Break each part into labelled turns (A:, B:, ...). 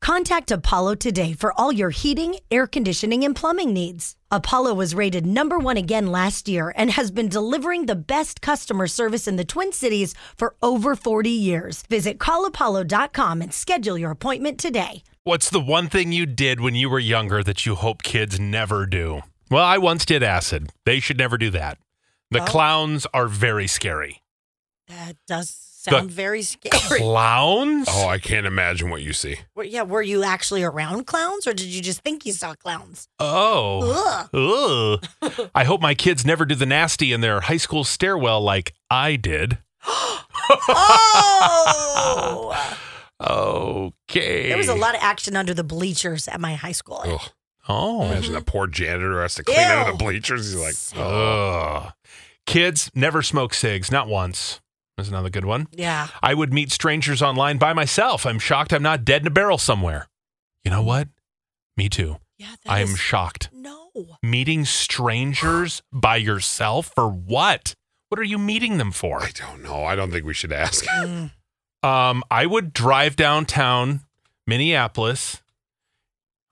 A: Contact Apollo today for all your heating, air conditioning, and plumbing needs. Apollo was rated number one again last year and has been delivering the best customer service in the Twin Cities for over 40 years. Visit callapollo.com and schedule your appointment today.
B: What's the one thing you did when you were younger that you hope kids never do? Well, I once did acid. They should never do that. The
C: Oh.
B: clowns are very scary.
C: That does sound very scary.
B: Clowns?
D: Oh, I can't imagine what you see.
C: Were- yeah, were you actually around clowns or did you just think you saw clowns?
B: Oh.
C: Ugh.
B: Ugh. I hope my kids never do the nasty in their high school stairwell like I did.
C: Oh!
B: Okay.
C: there was a lot of action under the bleachers at my high school.
D: Ugh,
B: Oh.
D: imagine the poor janitor who has to clean out of the
C: Mm-hmm. Ew.
D: bleachers. He's like, oh.
B: Ugh. Kids never smoke cigs, not once. That's another good one.
C: Yeah.
B: I would meet strangers online by myself. I'm shocked I'm not dead in a barrel somewhere. You know what? Me too.
C: Yeah. that
B: I am
C: is-
B: shocked.
C: No.
B: Meeting strangers by yourself for what? What are you meeting them for?
D: I don't know. I don't think we should ask.
C: Mm.
B: Um, I would drive downtown Minneapolis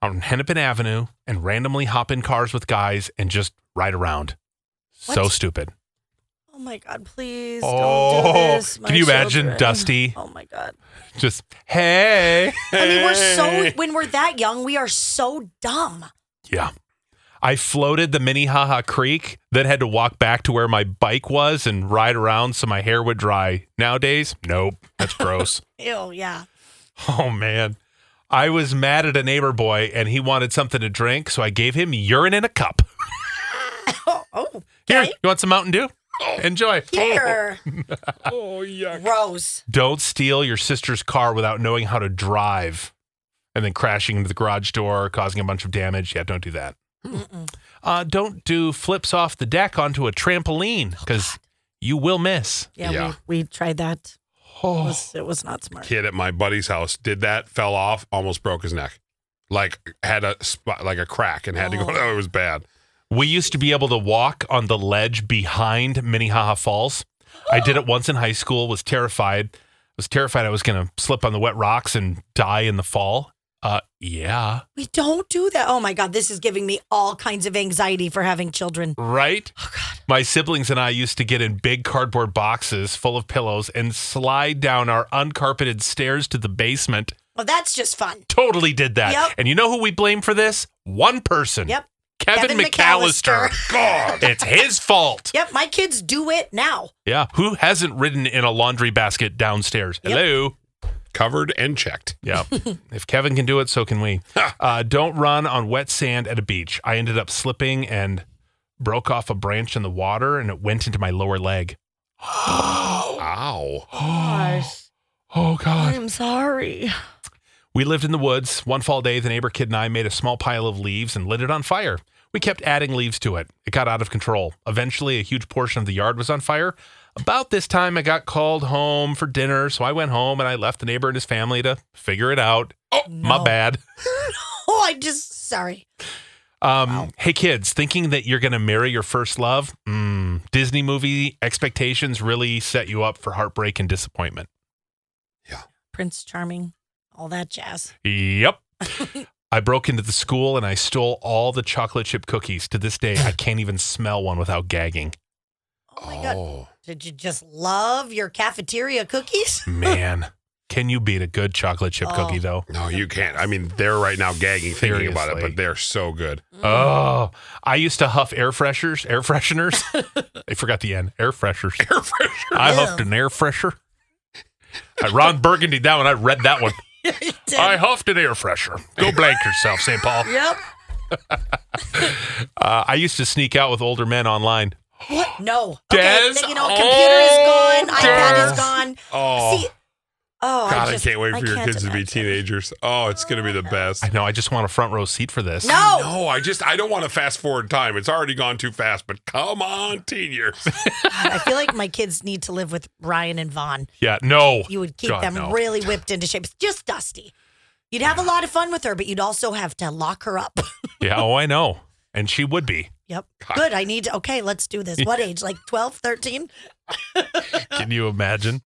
B: on Hennepin Avenue and randomly hop in cars with guys and just ride around. So
C: What?
B: stupid.
C: Oh my God, please.
B: Oh,
C: don't do this, my
B: can you imagine
C: children.
B: Dusty?
C: Oh my God.
B: Just hey.
C: I mean, we're so,
B: hey.
C: when we're that young, we are so dumb.
B: Yeah. I floated the Minnehaha Creek, then had to walk back to where my bike was and ride around so my hair would dry. Nowadays, nope. That's gross.
C: Ew, yeah.
B: Oh man. I was mad at a neighbor boy and he wanted something to drink, so I gave him urine in a cup.
C: Oh, oh
B: Here,
C: okay.
B: you want some Mountain Dew? Enjoy.
C: Here.
D: oh, yeah.
C: Gross.
B: Don't steal your sister's car without knowing how to drive and then crashing into the garage door, causing a bunch of damage. Yeah, don't do that. Uh, don't do flips off the deck onto a trampoline because you will miss.
C: Yeah,
D: Yeah.
C: We, we tried that. It
B: Oh,
C: was, it was not smart.
D: Kid at my buddy's house did that, fell off, almost broke his neck. Like, had a spot, like a crack and had to go.
C: Oh.
D: Oh, it was bad.
B: we used to be able to walk on the ledge behind Minnehaha Falls. I did it once in high school, was terrified. Was terrified I was going to slip on the wet rocks and die in the fall. Uh, yeah.
C: We don't do that. Oh my God, this is giving me all kinds of anxiety for having children.
B: Right?
C: Oh,
B: My siblings and I used to get in big cardboard boxes full of pillows and slide down our uncarpeted stairs to the basement.
C: Well, that's just fun.
B: Totally did that.
C: Yep.
B: And you know who we blame for this? One person.
C: Yep.
B: Kevin,
C: Kevin
B: McAllister. God. It's his fault.
C: Yep, my kids do it now.
B: Yeah. Who hasn't ridden in a laundry basket downstairs?
C: Yep.
B: Hello.
D: Covered and checked.
B: Yeah. if Kevin can do it, so can we. Uh, don't run on wet sand at a beach. I ended up slipping and broke off a branch in the water and it went into my lower leg.
C: Oh
D: Ow.
C: Gosh,
B: Oh, God.
C: I'm sorry.
B: We lived in the woods. One fall day, the neighbor kid and I made a small pile of leaves and lit it on fire. We kept adding leaves to it. It got out of control. Eventually, a huge portion of the yard was on fire. About this time, I got called home for dinner, so I went home and I left the neighbor and his family to figure it out. Oh, my
C: No.
B: bad.
C: Oh, I just sorry.
B: Um, Hey, kids, thinking that you're going to marry your first love? Mm, Disney movie expectations really set you up for heartbreak and disappointment.
C: Prince Charming, all that jazz.
B: Yep. I broke into the school and I stole all the chocolate chip cookies. To this day, I can't even smell one without gagging.
C: Oh my God. Did you just love your cafeteria cookies?
B: Man, can you beat a good chocolate chip cookie
C: Oh.
B: though?
D: No, you can't. I mean, they're right now gagging thinking about it,
B: Seriously.
D: but they're so good.
C: Mm.
B: Oh, I used to huff air freshers, air fresheners. I forgot the end. Air freshers. Air fresheners. I huffed an air fresher. I Ron Burgundy that one. I read that one. I huffed an air fresher. Go blank yourself, St. Paul.
C: yep.
B: Uh, I used to sneak out with older men online.
C: What? No. Okay.
B: Des-
C: you know, computer is gone.
B: Oh,
C: iPad
B: Des.
C: is gone.
D: Oh.
C: See. Oh,
D: God, I,
C: just-
D: can't wait for your
C: can't
D: kids to be
C: imagine.
D: teenagers. Oh, it's going to be the best.
B: I know. I just want a front row seat for this.
C: No.
D: No, I just I don't want to fast forward time. It's already gone too fast. But come on, teen years.
C: I feel like my kids need to live with Ryan and Vaughn.
B: Yeah. No.
C: You would keep
B: God,
C: them
B: no.
C: really whipped into shape. It's Just Dusty. You'd have a lot of fun with her, but you'd also have to lock her up.
B: Yeah, oh, I know. And she would be.
C: yep. Good. I need to. Okay, let's do this. What age? Like 12, 13?
B: Can you imagine?